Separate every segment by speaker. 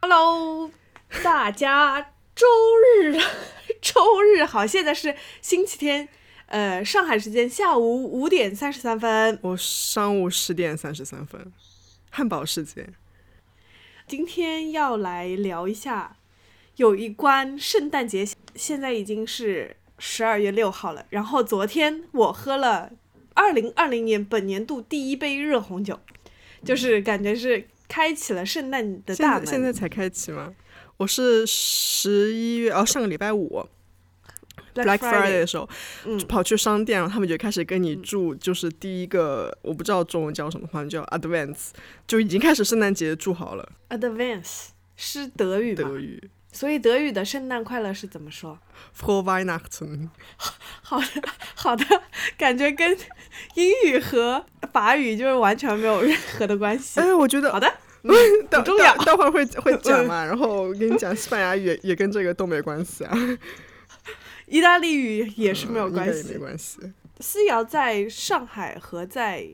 Speaker 1: Hello，大家周日，周日好，现在是星期天，呃，上海时间下午五点三十三分。
Speaker 2: 我上午十点三十三分，汉堡世界。
Speaker 1: 今天要来聊一下，有一关圣诞节，现在已经是十二月六号了。然后昨天我喝了二零二零年本年度第一杯热红酒，就是感觉是开启了圣诞的
Speaker 2: 现
Speaker 1: 大
Speaker 2: 在
Speaker 1: 门。
Speaker 2: 现在才开启吗？我是十一月哦，上个礼拜五 Black Friday 的时候，
Speaker 1: 嗯
Speaker 2: 跑去商店，然后他们就开始跟你祝，就是第一个我不知道中文叫什么，好像叫 Advance，就已经开始圣诞节祝好了。
Speaker 1: Advance 是德语
Speaker 2: 德
Speaker 1: 嘛？
Speaker 2: 语
Speaker 1: 所以德语的圣诞快乐是怎么说？
Speaker 2: Frohe Weihnachten，
Speaker 1: 好的， 好的，感觉跟英语和法语就是完全没有任何的关系。
Speaker 2: 哎，我觉得
Speaker 1: 好的，
Speaker 2: 到
Speaker 1: 啊嗯重要
Speaker 2: 到待会儿会 会讲嘛，然后我跟你讲，西班牙语也也跟这个都没关系啊，嗯
Speaker 1: 意大利语也是没有
Speaker 2: 应该
Speaker 1: 关
Speaker 2: 也
Speaker 1: 系。
Speaker 2: 没关系。
Speaker 1: 思瑶在上海和在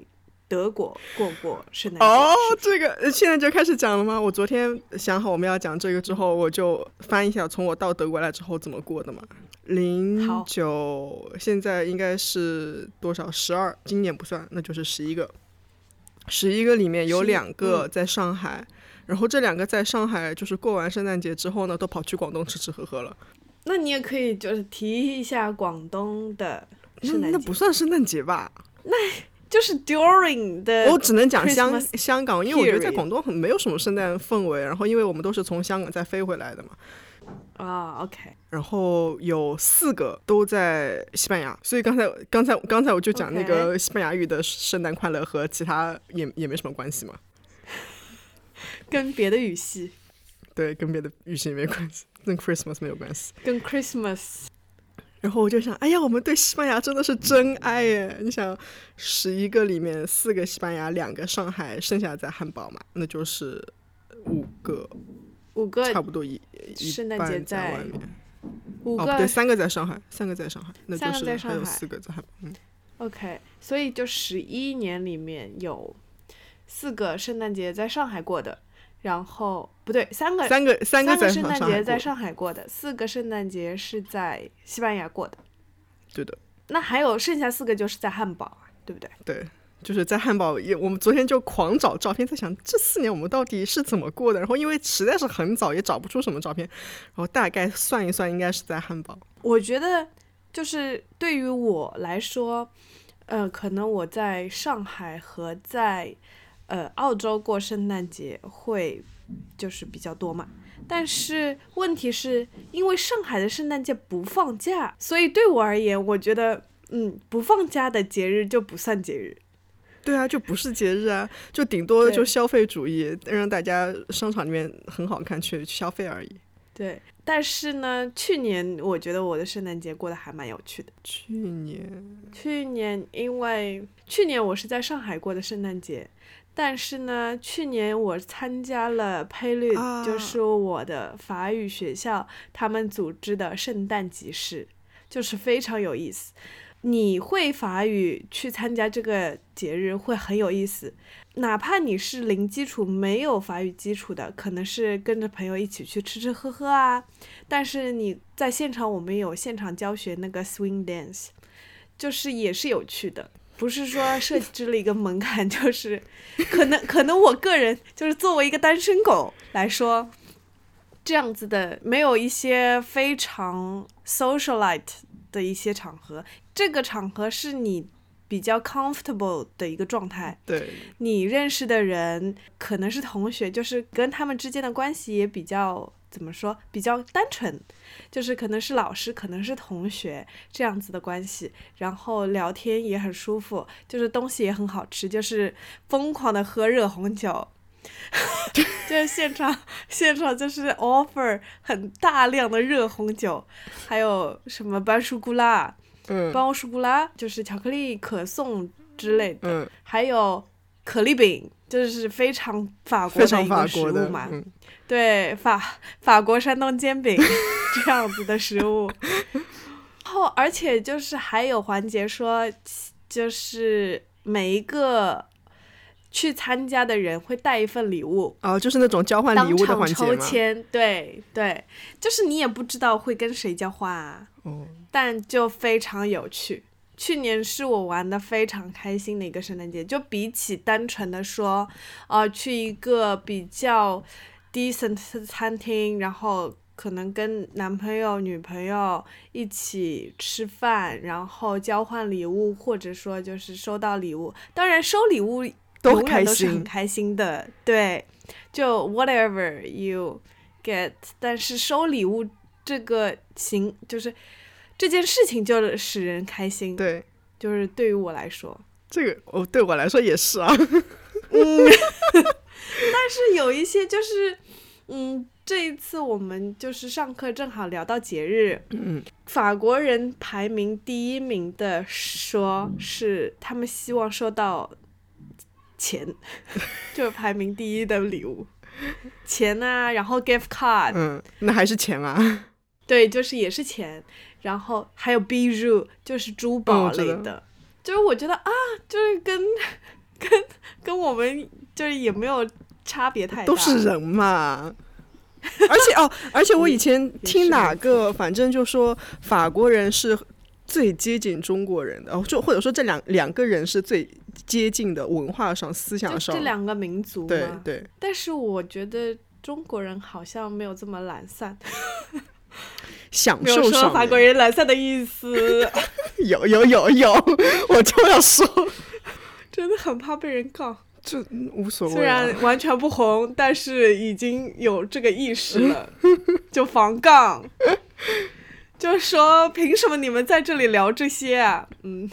Speaker 1: 德国过过圣诞节。
Speaker 2: 哦，这个呃现在就开始讲了吗？我昨天想好我们要讲这个之后，我就翻一下从我到德国来之后怎么过的嘛。零九，现在应该是多少？十二，今年不算，那就是十一个。十一个里面有
Speaker 1: 11
Speaker 2: 两个
Speaker 1: 嗯
Speaker 2: 在上海，然后这两个在上海就是过完圣诞节之后呢，都跑去广东吃吃喝喝了。
Speaker 1: 那你也可以就是提一下广东的
Speaker 2: 那
Speaker 1: 圣诞
Speaker 2: 嗯那
Speaker 1: 节，
Speaker 2: 不算圣诞节吧？
Speaker 1: 就是 during 的
Speaker 2: 我只能讲香
Speaker 1: 呃 Christmas
Speaker 2: 香港，因为我觉得在
Speaker 1: period
Speaker 2: 广东很没有什么圣诞氛围。然后因为我们都是从香港再飞回来的嘛，
Speaker 1: 啊、o k
Speaker 2: 然后有四个都在西班牙，所以刚才刚才刚才我就讲
Speaker 1: OK
Speaker 2: 那个西班牙语的圣诞快乐和其他也也没什么关系嘛，
Speaker 1: 跟别的语系，
Speaker 2: 对，跟别的语系没关系，跟 Christmas 没有关系。
Speaker 1: 跟 Christmas
Speaker 2: 然后我就想，哎呀，我们对西班牙真的是真爱耶！你想，十一个里面四个西班牙，两个上海，剩下在汉堡嘛，那就是五个，
Speaker 1: 五个
Speaker 2: 差不多一一
Speaker 1: 圣诞节
Speaker 2: 半
Speaker 1: 在
Speaker 2: 外面。
Speaker 1: 五
Speaker 2: 哦，
Speaker 1: 个、
Speaker 2: 不对，三个在上海，三个在上海，那就
Speaker 1: 三个在
Speaker 2: 是还
Speaker 1: 上
Speaker 2: 有
Speaker 1: 海
Speaker 2: 四个在汉堡。嗯
Speaker 1: OK，所以就十一年里面有四个圣诞节在上海过的，然后不对，三个
Speaker 2: 三个三个在
Speaker 1: 圣诞
Speaker 2: 上海
Speaker 1: 节在
Speaker 2: 过
Speaker 1: 上海过的，四个圣诞节是在西班牙过的。
Speaker 2: 对的，
Speaker 1: 那还有剩下四个就是在汉堡啊，对不对？
Speaker 2: 对，就是在汉堡也，我们昨天就狂找照片，在想这四年我们到底是怎么过的。然后因为实在是很早，也找不出什么照片，然后大概算一算，应该是在汉堡。
Speaker 1: 我觉得就是对于我来说，呃，可能我在上海和在呃澳洲过圣诞节会就是比较多嘛。但是问题是因为上海的圣诞节不放假，所以对我而言，我觉得嗯，不放假的节日就不算节日。
Speaker 2: 对啊，就不是节日啊，就顶多
Speaker 1: 对
Speaker 2: 就消费主义，让大家商场里面很好看去去消费而已。
Speaker 1: 对，但是呢，去年我觉得我的圣诞节过得还蛮有趣的。
Speaker 2: 去年
Speaker 1: 去年因为去年我是在上海过的圣诞节，但是呢，去年我参加了佩律，
Speaker 2: 啊
Speaker 1: 就是我的法语学校他们组织的圣诞集市，就是非常有意思。你会法语去参加这个节日会很有意思，哪怕你是零基础没有法语基础的，可能是跟着朋友一起去吃吃喝喝啊，但是你在现场我们有现场教学那个 swing dance，就是也是有趣的，不是说设置了一个门槛，就是可能可能我个人就是作为一个单身狗来说，这样子的没有一些非常 socialite 的一些场合，这个场合是你比较 comfortable 的一个状态，
Speaker 2: 对，
Speaker 1: 你认识的人可能是同学，就是跟他们之间的关系也比较怎么说，比较单纯，就是可能是老师，可能是同学这样子的关系，然后聊天也很舒服，就是东西也很好吃，就是疯狂的喝热红酒。就是现场，现场就是 offer 很大量的热红酒，还有什么班舒古拉、
Speaker 2: 嗯
Speaker 1: 包舒古拉，就是巧克力可颂之类的。
Speaker 2: 嗯，
Speaker 1: 还有可丽饼，就是非常法国
Speaker 2: 非
Speaker 1: 的
Speaker 2: 常
Speaker 1: 一
Speaker 2: 法
Speaker 1: 个食
Speaker 2: 国
Speaker 1: 物
Speaker 2: 的，
Speaker 1: 嘛。
Speaker 2: 嗯，
Speaker 1: 对，法法国山东煎饼 这样子的食物。然后，而且就是还有环节说，就是每一个去参加的人会带一份礼物，
Speaker 2: 哦，就是那种交换礼
Speaker 1: 当
Speaker 2: 物的
Speaker 1: 场
Speaker 2: 环节
Speaker 1: 抽
Speaker 2: 嘛。
Speaker 1: 签，对对，就是你也不知道会跟谁交换啊，
Speaker 2: 哦，
Speaker 1: 但就非常有趣。去年是我玩的非常开心的一个圣诞节，就比起单纯的说，呃，去一个比较 decent 的餐厅，然后可能跟男朋友、女朋友一起吃饭，然后交换礼物，或者说就是收到礼物。当然，收礼物
Speaker 2: 都
Speaker 1: 永远
Speaker 2: 开
Speaker 1: 都是
Speaker 2: 心
Speaker 1: 很开心的，对，就 whatever you get，但是收礼物这个行就是这件事情就使人开心，
Speaker 2: 对，
Speaker 1: 就是对于我来说，
Speaker 2: 这个哦对我来说也是啊。
Speaker 1: 但是有一些就是，嗯，这一次我们就是上课正好聊到节日，
Speaker 2: 嗯，
Speaker 1: 法国人排名第一名的说是他们希望收到钱， 就是排名第一的礼物，钱啊，然后 gift card，
Speaker 2: 嗯，那还是钱啊。
Speaker 1: 对，就是也是钱，然后还有 bijou，就是珠宝
Speaker 2: 哦我知
Speaker 1: 类
Speaker 2: 道
Speaker 1: 的，就是我觉得啊，就是跟 跟跟我们就是也没有差别太大，
Speaker 2: 都是人嘛。而且 哦，而且我以前
Speaker 1: 也
Speaker 2: 听
Speaker 1: 是
Speaker 2: 哪个，反正就说法国人是最接近中国人的，哦，就或者说这两两个人是最接近的文化上、思
Speaker 1: 就
Speaker 2: 想上
Speaker 1: 这。两个民族
Speaker 2: 对
Speaker 1: 嘛。
Speaker 2: 对，
Speaker 1: 但是我觉得中国人好像没有这么懒散，
Speaker 2: 享
Speaker 1: 没有
Speaker 2: 受
Speaker 1: 说
Speaker 2: 上
Speaker 1: 法国
Speaker 2: 面
Speaker 1: 人懒散的意 思，
Speaker 2: 有有有有，我就要说，
Speaker 1: 真的很怕被人告。
Speaker 2: 这嗯无所
Speaker 1: 虽
Speaker 2: 谓、啊。
Speaker 1: 然完全不红，但是已经有这个意识了，就防杠，就说凭什么你们在这里聊这些啊？嗯，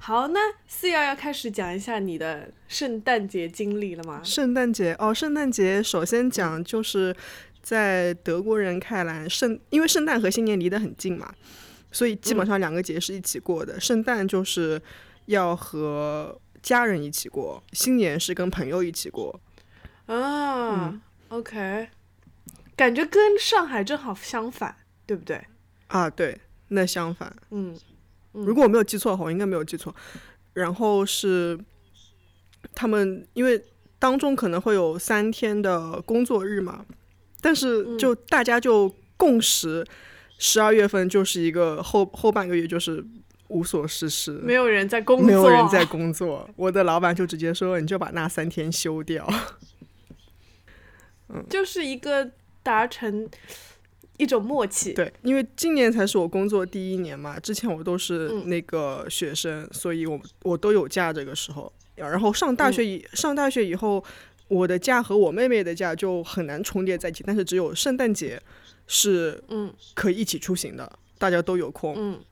Speaker 1: 好，那四幺幺开始讲一下你的圣诞节经历了吗？
Speaker 2: 圣诞节哦，圣诞节首先讲就是在德国人看来，圣因为圣诞和新年离得很近嘛，所以基本上两个节是一起过的。圣诞就是要和家人一起过，新年是跟朋友一起过。
Speaker 1: 啊、
Speaker 2: 嗯
Speaker 1: o k 感觉跟上海正好相反，对不对？
Speaker 2: 啊，对，那相反，
Speaker 1: 嗯，嗯
Speaker 2: 如果我没有记错的话，我应该没有记错。然后是他们，因为当中可能会有三天的工作日嘛，但
Speaker 1: 嗯
Speaker 2: 是就大家就共识，十二月份就是一个后后半个月就是无所事事，
Speaker 1: 没有人在工作，
Speaker 2: 没有人在工作。我的老板就直接说，你就把那三天休掉。
Speaker 1: 就是一个达成一种默契。
Speaker 2: 对，因为今年才是我工作第一年嘛，之前我都是
Speaker 1: 嗯
Speaker 2: 那个学生，所以我我都有假这个时候。然后上
Speaker 1: 嗯
Speaker 2: 大学以、上大学以后，我的假和我妹妹的假就很难重叠在一起，但是只有圣诞节是
Speaker 1: 嗯
Speaker 2: 可以一起出行的，大家都有空。
Speaker 1: 嗯，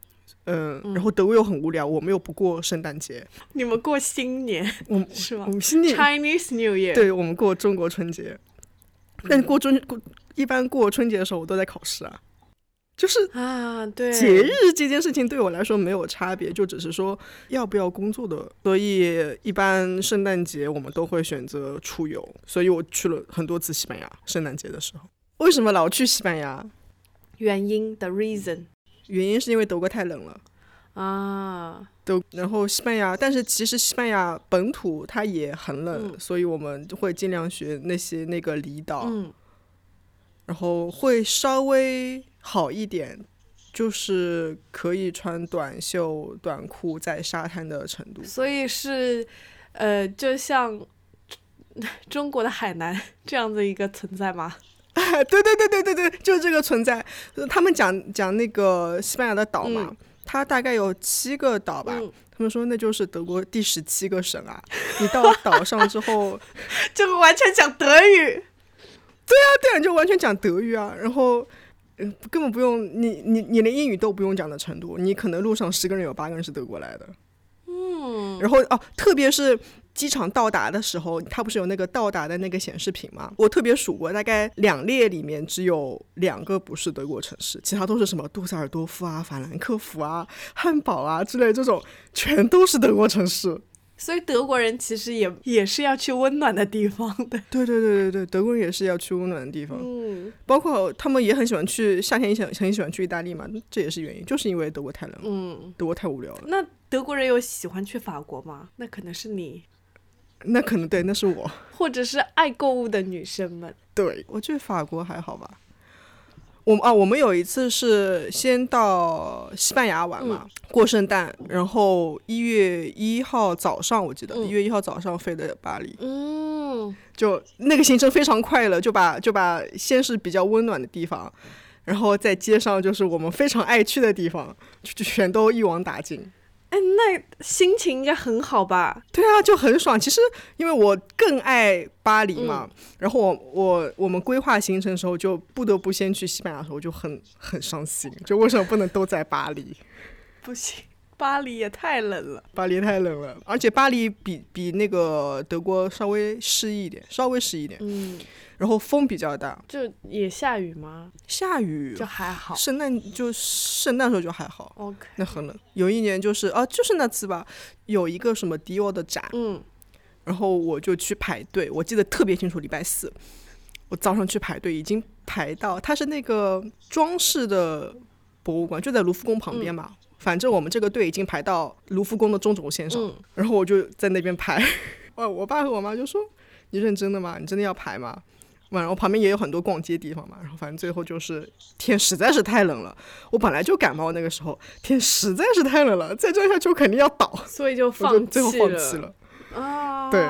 Speaker 2: 嗯，然后德国又很无聊，我们又不过圣诞节，
Speaker 1: 你们过新年
Speaker 2: 我们
Speaker 1: 是吗
Speaker 2: 我们新年
Speaker 1: ？Chinese New Year。
Speaker 2: 对我们过中国春节，
Speaker 1: 嗯
Speaker 2: 但过中过一般过春节的时候，我都在考试啊，就是
Speaker 1: 啊，对，
Speaker 2: 节日这件事情对我来说没有差别，就只是说要不要工作的。所以一般圣诞节我们都会选择出游，所以我去了很多次西班牙。圣诞节的时候，为什么老去西班牙？
Speaker 1: 原因的 reason
Speaker 2: 原因是因为德国太冷了。
Speaker 1: 啊，
Speaker 2: 德，然后西班牙，但是其实西班牙本土它也很冷，
Speaker 1: 嗯
Speaker 2: 所以我们会尽量学那些那个离岛，
Speaker 1: 嗯
Speaker 2: 然后会稍微好一点，就是可以穿短袖短裤在沙滩的程度。
Speaker 1: 所以是呃，就像中中国的海南这样的一个存在吗？
Speaker 2: 对对 对对对对，就是这个存在。呃他们讲讲那个西班牙的岛嘛，
Speaker 1: 嗯
Speaker 2: 它大概有七个岛吧。
Speaker 1: 嗯，
Speaker 2: 他们说那就是德国第十七个省啊。你到岛上之后，
Speaker 1: 这个完全讲德语，
Speaker 2: 对啊，你就完全讲德语啊，然后。呃根本不用你你你连英语都不用讲的程度，你可能路上十个人有八个人是德国来的。
Speaker 1: 嗯，
Speaker 2: 然后哦，特别是机场到达的时候，它不是有那个到达的那个显示屏吗？我特别数过，大概两列里面只有两个不是德国城市，其他都是什么杜塞尔多夫啊、法兰克福啊、汉堡啊之类这种，全都是德国城市。
Speaker 1: 所以德国人其实也也是要去温暖的地方的，
Speaker 2: 对对对对对，德国人也是要去温暖的地方，
Speaker 1: 嗯
Speaker 2: 包括他们也很喜欢去夏天，也想很喜欢去意大利嘛，这也是原因，就是因为德国太冷了，
Speaker 1: 嗯。
Speaker 2: 德国太无聊了。
Speaker 1: 那德国人有喜欢去法国吗？那可能是你
Speaker 2: 那可能对，那是我。
Speaker 1: 或者是爱购物的女生们。
Speaker 2: 对，我觉得法国还好吧。我啊，我们有一次是先到西班牙玩嘛，
Speaker 1: 嗯
Speaker 2: 过圣诞，然后一月一号早上，我记得一、
Speaker 1: 嗯
Speaker 2: 月一号早上飞的巴黎，
Speaker 1: 嗯，
Speaker 2: 就那个行程非常快乐，就把就把先是比较温暖的地方，然后在街上就是我们非常爱去的地方，就就全都一网打尽。
Speaker 1: 哎，那心情应该很好吧？
Speaker 2: 对啊，就很爽。其实因为我更爱巴黎嘛，然后我我我们规划行程的时候，就不得不先去西班牙的时候，我就很很伤心，就为什么不能都在巴黎？
Speaker 1: 不行，巴黎也太冷了。
Speaker 2: 巴黎太冷了，而且巴黎比比那个德国稍微湿一点，稍微湿一点，
Speaker 1: 嗯，
Speaker 2: 然后风比较大，
Speaker 1: 就也下雨吗？
Speaker 2: 下雨
Speaker 1: 就，还好。
Speaker 2: 圣诞就圣诞时候就还好。
Speaker 1: OK，
Speaker 2: 那很冷。有一年就是啊，就是那次吧，有一个什么迪奥的展，
Speaker 1: 嗯，
Speaker 2: 然后我就去排队，我记得特别清楚，礼拜四，我早上去排队，已经排到它是那个装饰的博物馆，就在卢浮宫旁边嘛。反正我们这个队已经排到卢浮宫的中轴线上，
Speaker 1: 嗯
Speaker 2: 然后我就在那边排。哇，我爸和我妈就说：“你认真的吗？你真的要排吗？”哇然后旁边也有很多逛街地方嘛，然后反正最后就是天实在是太冷了，我本来就感冒那个时候，天实在是太冷了，再这样下去我肯定要倒，
Speaker 1: 所以就
Speaker 2: 我就
Speaker 1: 放
Speaker 2: 最后
Speaker 1: 弃
Speaker 2: 放弃了。
Speaker 1: 啊，
Speaker 2: 对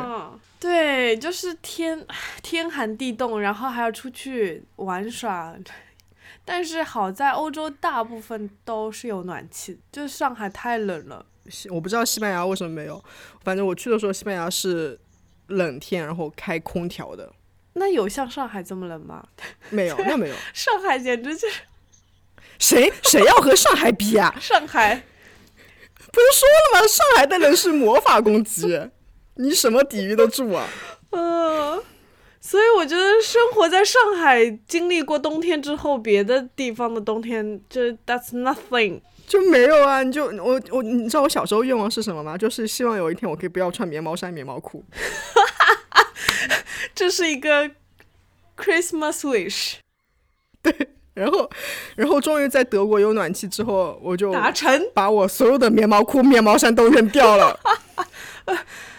Speaker 1: 对就是天 天寒地冻，然后还要出去玩耍。但是好在欧洲大部分都是有暖气，就是上海太冷了。
Speaker 2: 西我不知道西班牙为什么没有，反正我去的时候西班牙是冷天，然后开空调的，
Speaker 1: 那有像上海这么冷吗？
Speaker 2: 没有，那没有，
Speaker 1: 上海简直就是
Speaker 2: 谁谁要和上海比啊？
Speaker 1: 上海，
Speaker 2: 不是说了吗？上海的人是魔法攻击，你什么抵御得住啊？
Speaker 1: 嗯、所以我觉得生活在上海，经历过冬天之后，别的地方的冬天就是 that's nothing。
Speaker 2: 就没有啊？你就我我你知道我小时候愿望是什么吗？就是希望有一天我可以不要穿棉毛衫、棉毛裤。
Speaker 1: 这是一个 Christmas wish
Speaker 2: 然后，然后终于在德国有暖气之后，我就
Speaker 1: 达成。
Speaker 2: 把我所有的棉毛裤、棉毛衫都扔掉了。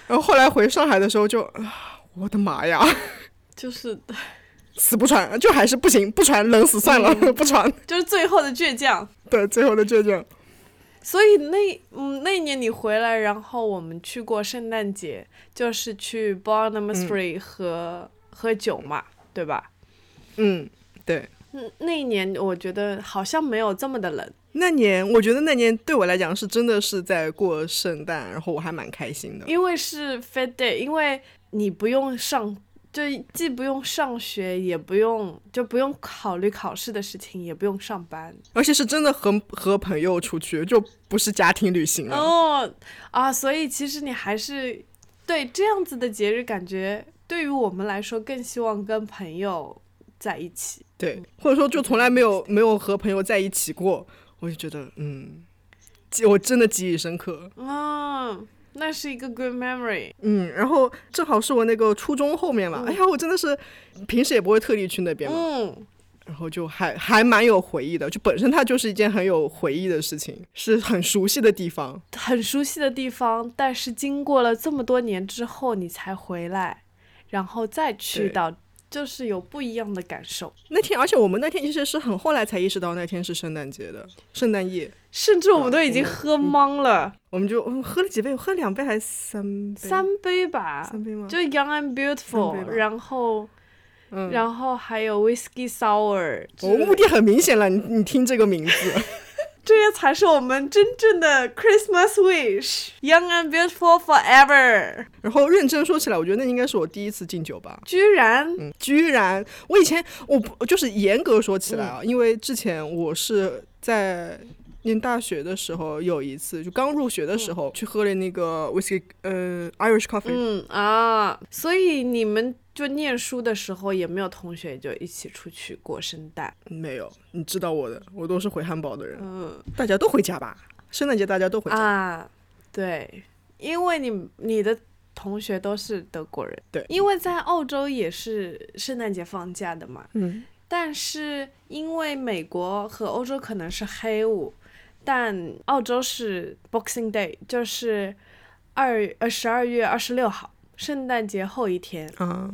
Speaker 2: 然后后来回上海的时候就，啊我的妈呀，
Speaker 1: 就是
Speaker 2: 死不穿，就还是不行，不穿冷死算了， 不穿。
Speaker 1: 就是最后的倔强。
Speaker 2: 对，最后的倔强。
Speaker 1: 所以那嗯那一年你回来，然后我们去过圣诞节，就是去 Bar Number Three 喝、喝酒嘛，对吧？
Speaker 2: 嗯，对。
Speaker 1: 嗯，那一年我觉得好像没有这么的冷。
Speaker 2: 那年，我觉得那年对我来讲是真的是在过圣诞，然后我还蛮开心的。
Speaker 1: 因为是 Fed Day，因为你不用上，就既不用上学，也不用就不用考虑考试的事情，也不用上班。
Speaker 2: 而且是真的和和朋友出去，就不是家庭旅行了。
Speaker 1: 哦啊，所以其实你还是对这样子的节日，感觉对于我们来说，更希望跟朋友在一起。
Speaker 2: 对，或者说就从来没有没有和朋友在一起过，我就觉得嗯，记我真的记忆深刻。
Speaker 1: 嗯，那是一个 good memory。
Speaker 2: 嗯，然后正好是我那个初中后面嘛，哎呀，我真的是平时也不会特地去那边嘛，
Speaker 1: 嗯，
Speaker 2: 然后就还还蛮有回忆的，就本身它就是一件很有回忆的事情，是很熟悉的地方。
Speaker 1: 很熟悉的地方，但是经过了这么多年之后，你才回来，然后再去
Speaker 2: 对
Speaker 1: 到，就是有不一样的感受。
Speaker 2: 那天，而且我们那天其实是很后来才意识到那天是圣诞节的圣诞夜，
Speaker 1: 甚至我们都已
Speaker 2: 我
Speaker 1: 经
Speaker 2: 们
Speaker 1: 喝懵了，
Speaker 2: 我们就、嗯喝了几杯，喝了两杯还是三杯？
Speaker 1: 三杯吧，
Speaker 2: 三杯吗？
Speaker 1: 就 Young and
Speaker 2: 杯
Speaker 1: Beautiful，
Speaker 2: 吧
Speaker 1: 然后
Speaker 2: 嗯，
Speaker 1: 然后还有 whiskey sour，
Speaker 2: 我哦目的很明显了，你你听这个名字。
Speaker 1: 这些才是我们真正的 Christmas wish。Young and beautiful forever。
Speaker 2: 然后认真说起来，我觉得那应该是我第一次敬酒吧。
Speaker 1: 居然，
Speaker 2: 嗯，居然我以前我不就是严格说起来啊，因为之前我是在念大学的时候有一次，就刚入学的时候、去喝了那个 whisky，呃，Irish coffee，、
Speaker 1: 嗯啊，所以你们就念书的时候也没有同学就一起出去过圣诞。
Speaker 2: 没有，你知道我的，我都是回汉堡的人，
Speaker 1: 嗯
Speaker 2: 大家都回家吧，圣诞节大家都回家，
Speaker 1: 啊，对，因为你你的同学都是德国人，
Speaker 2: 对
Speaker 1: 因为在澳洲也是圣诞节放假的嘛，
Speaker 2: 嗯，
Speaker 1: 但是因为美国和欧洲可能是黑五，但澳洲是 Boxing Day，就是二呃十二月二十六号，圣诞节后一天，
Speaker 2: 啊，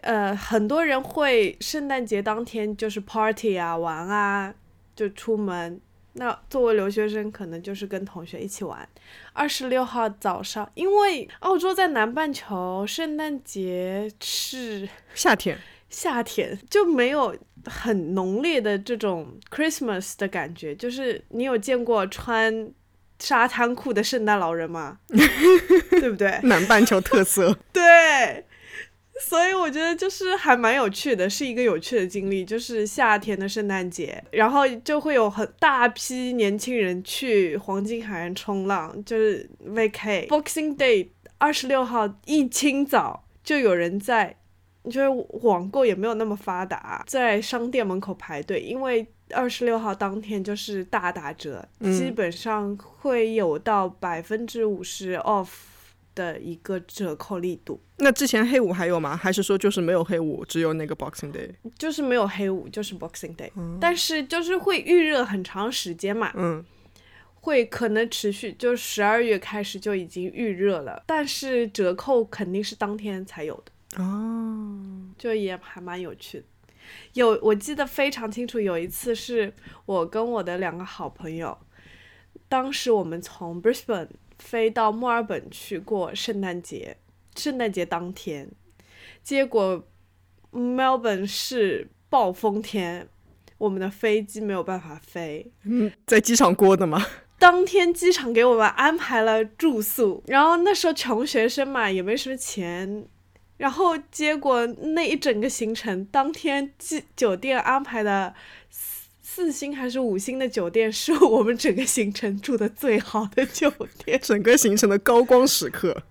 Speaker 1: 呃，很多人会圣诞节当天就是 party 啊，玩啊，就出门。那作为留学生，可能就是跟同学一起玩。二十六号早上，因为澳洲在南半球，圣诞节是
Speaker 2: 夏天，
Speaker 1: 夏天，就没有很浓烈的这种 Christmas 的感觉。就是你有见过穿沙滩裤的圣诞老人吗？ 对不对？
Speaker 2: 南半球特色。
Speaker 1: 对，所以我觉得就是还蛮有趣的，是一个有趣的经历，就是夏天的圣诞节，然后就会有很大批年轻人去黄金海岸冲浪，就是 VK Boxing Day 二十六号一清早就有人在，就是网购也没有那么发达，在商店门口排队，因为。二十六号当天就是大打折，
Speaker 2: 嗯
Speaker 1: 基本上会有到百分之五十 off 的一个折扣力度。
Speaker 2: 那之前黑五还有吗？还是说就是没有黑五，只有那个 Boxing Day？
Speaker 1: 就是没有黑五，就是 Boxing Day，、但是就是会预热很长时间嘛，
Speaker 2: 嗯，
Speaker 1: 会可能持续，就十二月开始就已经预热了，但是折扣肯定是当天才有的，
Speaker 2: 哦，
Speaker 1: 就也还蛮有趣的。有我记得非常清楚，有一次是我跟我的两个好朋友，当时我们从 Brisbane 飞到墨尔本去过圣诞节，圣诞节当天，结果 Melbourne 是暴风天，我们的飞机没有办法飞。
Speaker 2: 嗯，在机场过的吗？
Speaker 1: 当天机场给我们安排了住宿，然后那时候穷学生嘛，也没什么钱，然后结果那一整个行程，当天机酒店安排的四四星还是五星的酒店，是我们整个行程住的最好的酒店，
Speaker 2: 整个行程的高光时刻。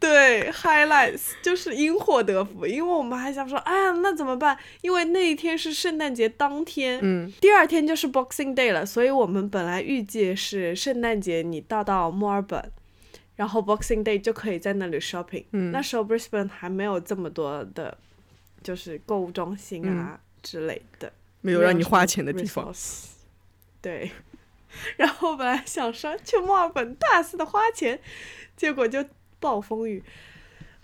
Speaker 1: 对，highlights 就是因祸得福，因为我们还想说，哎呀，那怎么办？因为那一天是圣诞节当天，
Speaker 2: 嗯，
Speaker 1: 第二天就是 Boxing Day 了，所以我们本来预计是圣诞节你到到墨尔本，然后 Boxing Day 就可以在那里 shopping。
Speaker 2: 嗯
Speaker 1: 那时候 Brisbane 还没有这么多的，就是购物中心啊之类的。
Speaker 2: 没有让你花钱的地方。
Speaker 1: resource。对， 然后本来想说去墨尔本大肆的花钱，结果就暴风雨。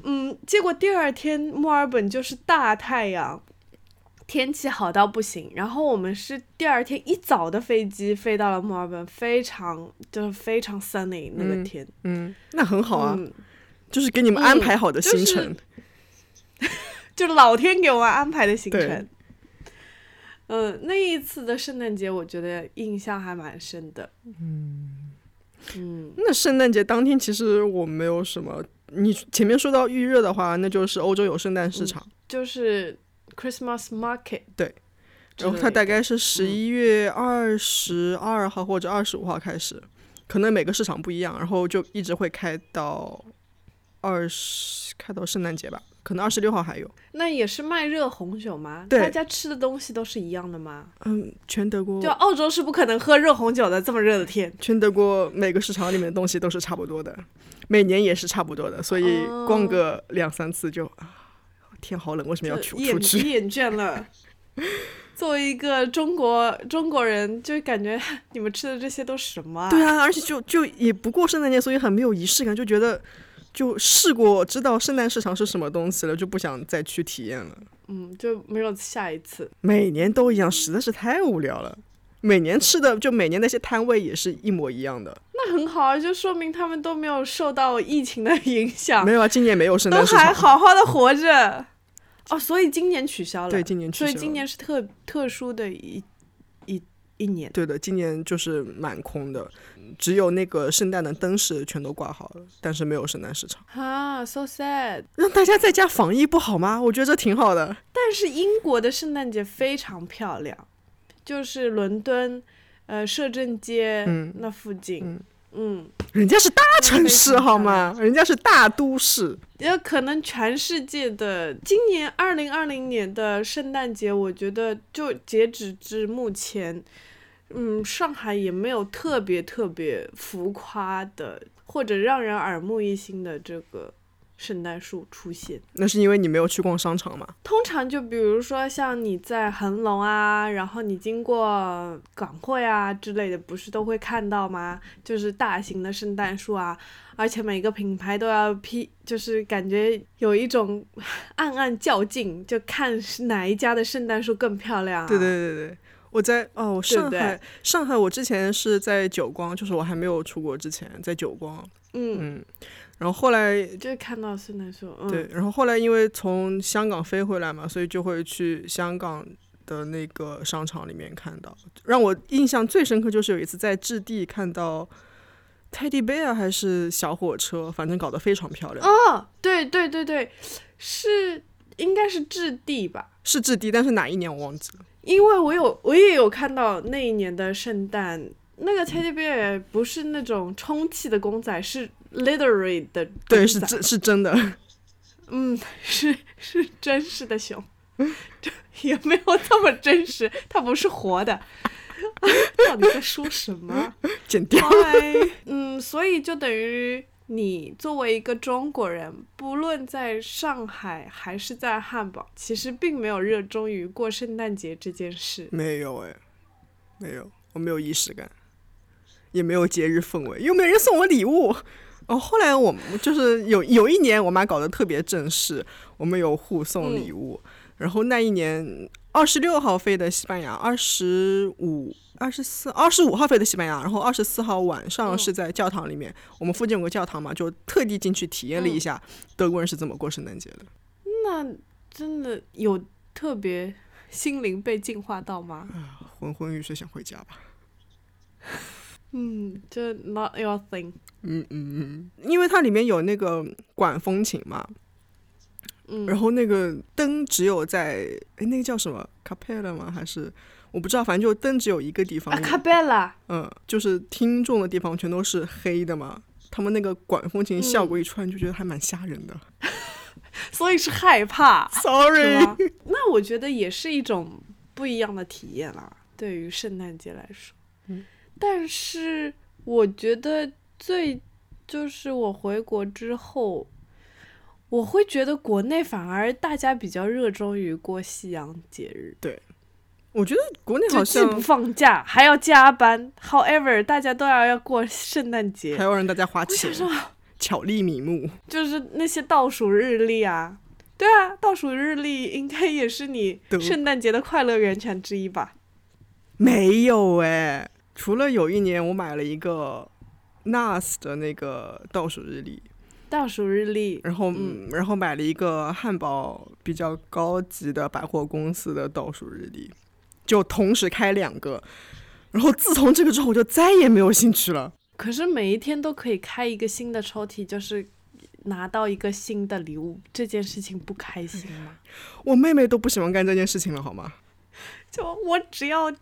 Speaker 1: 嗯，结果第二天墨尔本就是大太阳，天气好到不行。然后我们是第二天一早的飞机飞到了墨尔本，非常就是非常 sunny 那个
Speaker 2: 嗯
Speaker 1: 天。
Speaker 2: 嗯，那很好啊，
Speaker 1: 嗯
Speaker 2: 就是给你们安排好的行程。
Speaker 1: 嗯就老天给我们安排的行程
Speaker 2: 对。
Speaker 1: 嗯，那一次的圣诞节，我觉得印象还蛮深的。嗯
Speaker 2: 那圣诞节当天其实我没有什么。你前面说到预热的话，那就是欧洲有圣诞市场，
Speaker 1: 就是 Christmas market
Speaker 2: 对
Speaker 1: 之类的。
Speaker 2: 然后它大概是十一月二十二号或者二十五号开始，可能每个市场不一样，然后就一直会开到二十开到圣诞节吧，可能二十六号还有。
Speaker 1: 那也是卖热红酒吗？
Speaker 2: 对
Speaker 1: 大家吃的东西都是一样的吗？
Speaker 2: 嗯，全德国
Speaker 1: 就澳洲是不可能喝热红酒的，这么热的天。
Speaker 2: 全德国每个市场里面的东西都是差不多的，每年也是差不多的，所以
Speaker 1: 哦
Speaker 2: 逛个两三次就啊，天好冷，为什么要
Speaker 1: 就
Speaker 2: 出
Speaker 1: 厌
Speaker 2: 出去？
Speaker 1: 厌倦 了。作为一个中国中国人，就感觉 你们吃的这些都什么、啊？
Speaker 2: 对啊，而且就就也不过圣诞节，所以很没有仪式感，就觉得就试过知道圣诞市场是什么东西了，就不想再去体验了。
Speaker 1: 嗯，就没有下一次。
Speaker 2: 每年都一样，实在是太无聊了。每年吃的就每年那些摊位也是一模一样的，
Speaker 1: 那很好啊，就说明他们都没有受到疫情的影响
Speaker 2: 没，有啊，今年没有圣
Speaker 1: 都
Speaker 2: 诞市
Speaker 1: 还
Speaker 2: 场，
Speaker 1: 好好的活着。哦，所以今年取消了。
Speaker 2: 对，今年取
Speaker 1: 所
Speaker 2: 消了
Speaker 1: 以今年是特特殊的一一一年。
Speaker 2: 对的，今年就是蛮空的，只有那个圣诞的灯饰全都挂好了，但是没有圣诞市场。
Speaker 1: 啊，so sad。
Speaker 2: 让大家在家防疫不好吗？我觉得这挺好的。
Speaker 1: 但是英国的圣诞节非常漂亮，就是伦敦，呃，摄政街
Speaker 2: 嗯
Speaker 1: 那附近，
Speaker 2: 嗯
Speaker 1: 嗯，
Speaker 2: 人家是大城市
Speaker 1: 非常漂亮
Speaker 2: 好吗？人家是大都市。
Speaker 1: 也、可能全世界的今年二零二零年的圣诞节，我觉得就截止至目前，嗯，上海也没有特别特别浮夸的或者让人耳目一新的这个圣诞树出现。
Speaker 2: 那是因为你没有去逛商场吗？
Speaker 1: 通常就比如说像你在恒隆啊，然后你经过港汇啊之类的，不是都会看到吗？就是大型的圣诞树啊，而且每个品牌都要批，就是感觉有一种暗暗较劲，就看是哪一家的圣诞树更漂亮、啊。
Speaker 2: 对对对对。我在哦，上海，
Speaker 1: 对对
Speaker 2: 上海，我之前是在久光，就是我还没有出国之前，在久光，嗯嗯，然后后来
Speaker 1: 就看到圣诞树，嗯
Speaker 2: 对，然后后来因为从香港飞回来嘛，所以就会去香港的那个商场里面看到。让我印象最深刻就是有一次在置地看到。泰迪贝尔还是小火车，反正搞得非常漂亮。
Speaker 1: 哦，对对对对，是应该是置地吧？
Speaker 2: 是置地，但是哪一年我忘记了。
Speaker 1: 因为我有，我也有看到那一年的圣诞，那个 teddy bear 不是那种充气的公仔，是 literary 的，
Speaker 2: 对，是真，是真的，
Speaker 1: 嗯，是是真实的熊，也没有这么真实，它不是活的。 到底在说什么？
Speaker 2: 剪掉。
Speaker 1: 嗯，所以就等于你作为一个中国人，不论在上海还是在汉堡，其实并没有热衷于过圣诞节这件事。
Speaker 2: 没有哎，没有，我没有仪式感，也没有节日氛围，又没人送我礼物。哦，后来我们就是有有一年，我妈搞得特别正式，我们有互送礼物，
Speaker 1: 嗯、
Speaker 2: 然后那一年。二十六号飞的西班牙，二十五、二十四、二十五号飞的西班牙，然后二十四号晚上是在教堂里面，嗯、我们附近有个教堂嘛，就特地进去体验了一下德国人是怎么过圣诞节的。
Speaker 1: 那真的有特别 心灵被净化到吗？
Speaker 2: 啊，昏昏欲睡，想回家吧。
Speaker 1: 嗯，就 not your thing。
Speaker 2: 嗯嗯嗯，因为它里面有那个管风琴嘛。
Speaker 1: 嗯、
Speaker 2: 然后那个灯只有在哎，那个叫什么卡佩拉吗？还是我不知道，反正就灯只有一个地方。
Speaker 1: 啊，卡贝拉。
Speaker 2: 嗯，就是听众的地方全都是黑的嘛。他们那个管风琴效果一出来，就觉得还蛮吓人的。
Speaker 1: 嗯、所以是害怕
Speaker 2: ，sorry。
Speaker 1: 那我觉得也是一种不一样的体验啦、啊，对于圣诞节来说。
Speaker 2: 嗯。
Speaker 1: 但是我觉得最就是我回国之后。我会觉得国内反而大家比较热衷于过西洋节日。
Speaker 2: 对，我觉得国 内好像
Speaker 1: 既不放假还要加班，however，大家都要要过圣诞节，
Speaker 2: 还要让大家花钱，巧立名目，
Speaker 1: 就是那些倒数日历啊，对啊，倒数日历应该也是你圣诞节的快乐源泉之一吧？
Speaker 2: 没有哎，除了有一年我买了一个 NAS 的那个倒数日历。
Speaker 1: 倒数日历，
Speaker 2: 然后、
Speaker 1: 嗯、
Speaker 2: 然后买了一个汉堡比较高级的百货公司的倒数日历，就同时开两个。然后自从这个之后，我就再也没有兴趣了。
Speaker 1: 可是每一天都可以开一个新的抽屉，就是拿到一个新的礼物，这件事情不开心吗？
Speaker 2: 嗯我妹妹都不喜欢干这件事情了，好吗？
Speaker 1: 就我只要。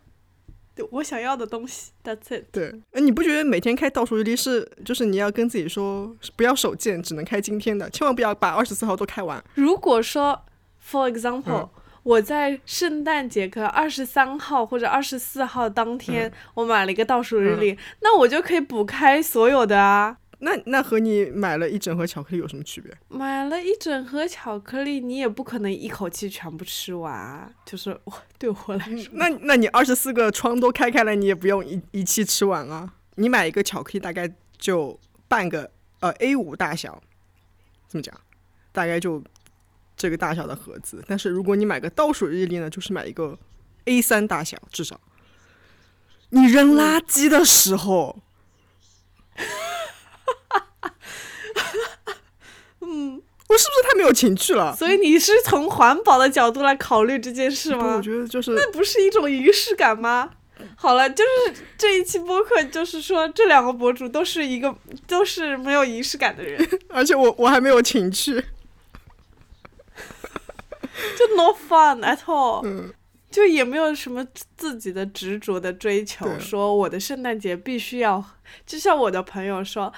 Speaker 1: 我想要的东西，That's it。
Speaker 2: 对，哎，你不觉得每天开倒数日历是，就是你要跟自己说，不要手贱，只能开今天的，千万不要把二十四号都开完。
Speaker 1: 如果说，for example，、
Speaker 2: 嗯、
Speaker 1: 我在圣诞节可二十三号或者二十四号当天，
Speaker 2: 嗯、
Speaker 1: 我买了一个倒数日历，
Speaker 2: 嗯、
Speaker 1: 那我就可以补开所有的啊。
Speaker 2: 那那和你买了一整盒巧克力有什么区别？
Speaker 1: 买了一整盒巧克力，你也不可能一口气全部吃完、啊，就是我对我来说。
Speaker 2: 那那你二十四个窗都开开了，你也不用一一气吃完啊。你买一个巧克力大概就半个呃 A 五大小，怎么讲？大概就这个大小的盒子。但是如果你买个倒数日历呢，就是买一个 A 三大小至少。你扔垃圾的时候。嗯
Speaker 1: 嗯，
Speaker 2: 我是不是太没有情趣了？
Speaker 1: 所以你是从环保的角度来考虑这件事吗？
Speaker 2: 我觉得嗯就是
Speaker 1: 那不是一种仪式感吗？好了，就是这一期播客，就是说这两个博主都是一个都是没有仪式感的人，
Speaker 2: 而且我我还没有情趣，
Speaker 1: 就 no fun at all，
Speaker 2: 嗯，
Speaker 1: 就也没有什么自己的执着的追求，说我的圣诞节必须要，就像我的朋友说。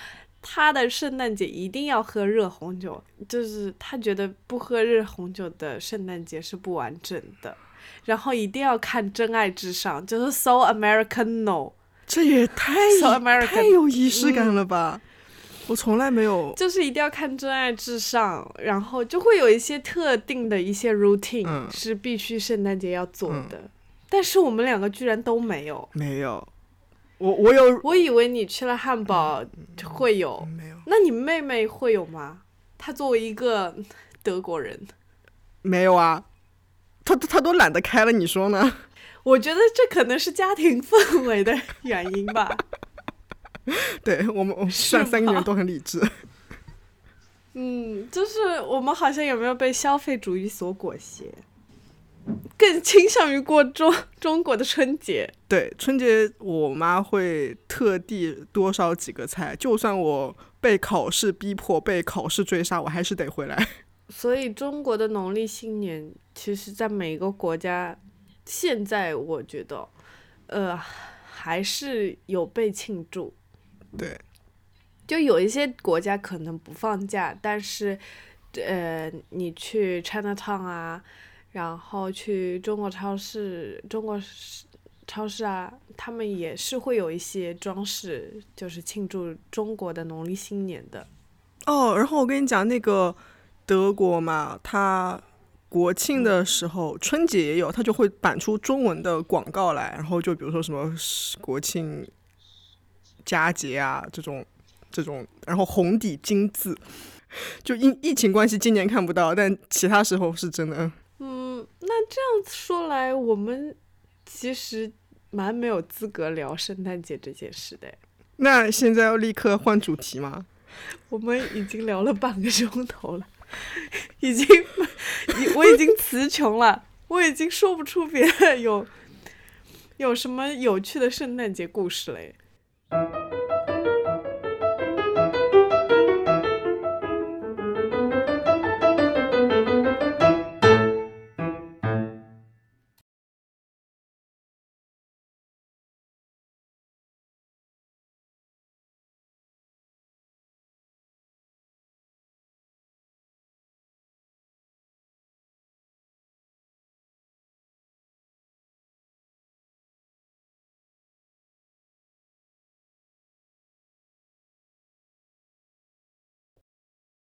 Speaker 1: 他的圣诞节一定要喝热红酒，就是他觉得不喝热红酒的圣诞节是不完整的，然后一定要看《真爱至上》，就是 So Americano，
Speaker 2: 这也太
Speaker 1: So American
Speaker 2: 太有仪式感了吧？
Speaker 1: 嗯、
Speaker 2: 我从来没有，
Speaker 1: 就是一定要看《真爱至上》，然后就会有一些特定的一些 routine、
Speaker 2: 嗯
Speaker 1: 是必须圣诞节要做
Speaker 2: 嗯
Speaker 1: 的，但是我们两个居然都没有。
Speaker 2: 没有，我我有
Speaker 1: 我以为你吃了汉堡
Speaker 2: 嗯
Speaker 1: 会有，
Speaker 2: 没有
Speaker 1: 那你妹妹会有吗？她作为一个德国人，
Speaker 2: 没有啊？他他都懒得开了，你说呢？
Speaker 1: 我觉得这可能是家庭氛围的原因 吧。
Speaker 2: 对我们，我们
Speaker 1: 是
Speaker 2: 算三个
Speaker 1: 吗
Speaker 2: 人都很理智。
Speaker 1: 嗯，就是我们好像有没有被消费主义所裹挟，更倾向于过中中国的春节。
Speaker 2: 对，春节我妈会特地多烧几个菜，就算我被考试逼迫、被考试追杀，我还是得回来。
Speaker 1: 所以中国的农历新年，其实在每个国家，现在我觉得，呃，还是有被庆祝。
Speaker 2: 对，
Speaker 1: 就有一些国家可能不放假，但是，呃，你去 China Town 啊，然后去中国超市、中国市超市啊，他们也是会有一些装饰，就是庆祝中国的农历新年的。
Speaker 2: 哦，然后我跟你讲，那个德国嘛，它国庆的时候，春节也有，它就会版出中文的广告来，然后就比如说什么是国庆佳节啊这种这种，然后红底金字。就因疫情关系，今年看不到，但其他时候是真的。
Speaker 1: 嗯，那这样说来，我们其实蛮没有资格聊圣诞节这件事的。
Speaker 2: 那现在要立刻换主题吗？
Speaker 1: 我们已经聊了半个钟头了，已经，已我已经词穷了，我已经说不出别的有有什么有趣的圣诞节故事嘞。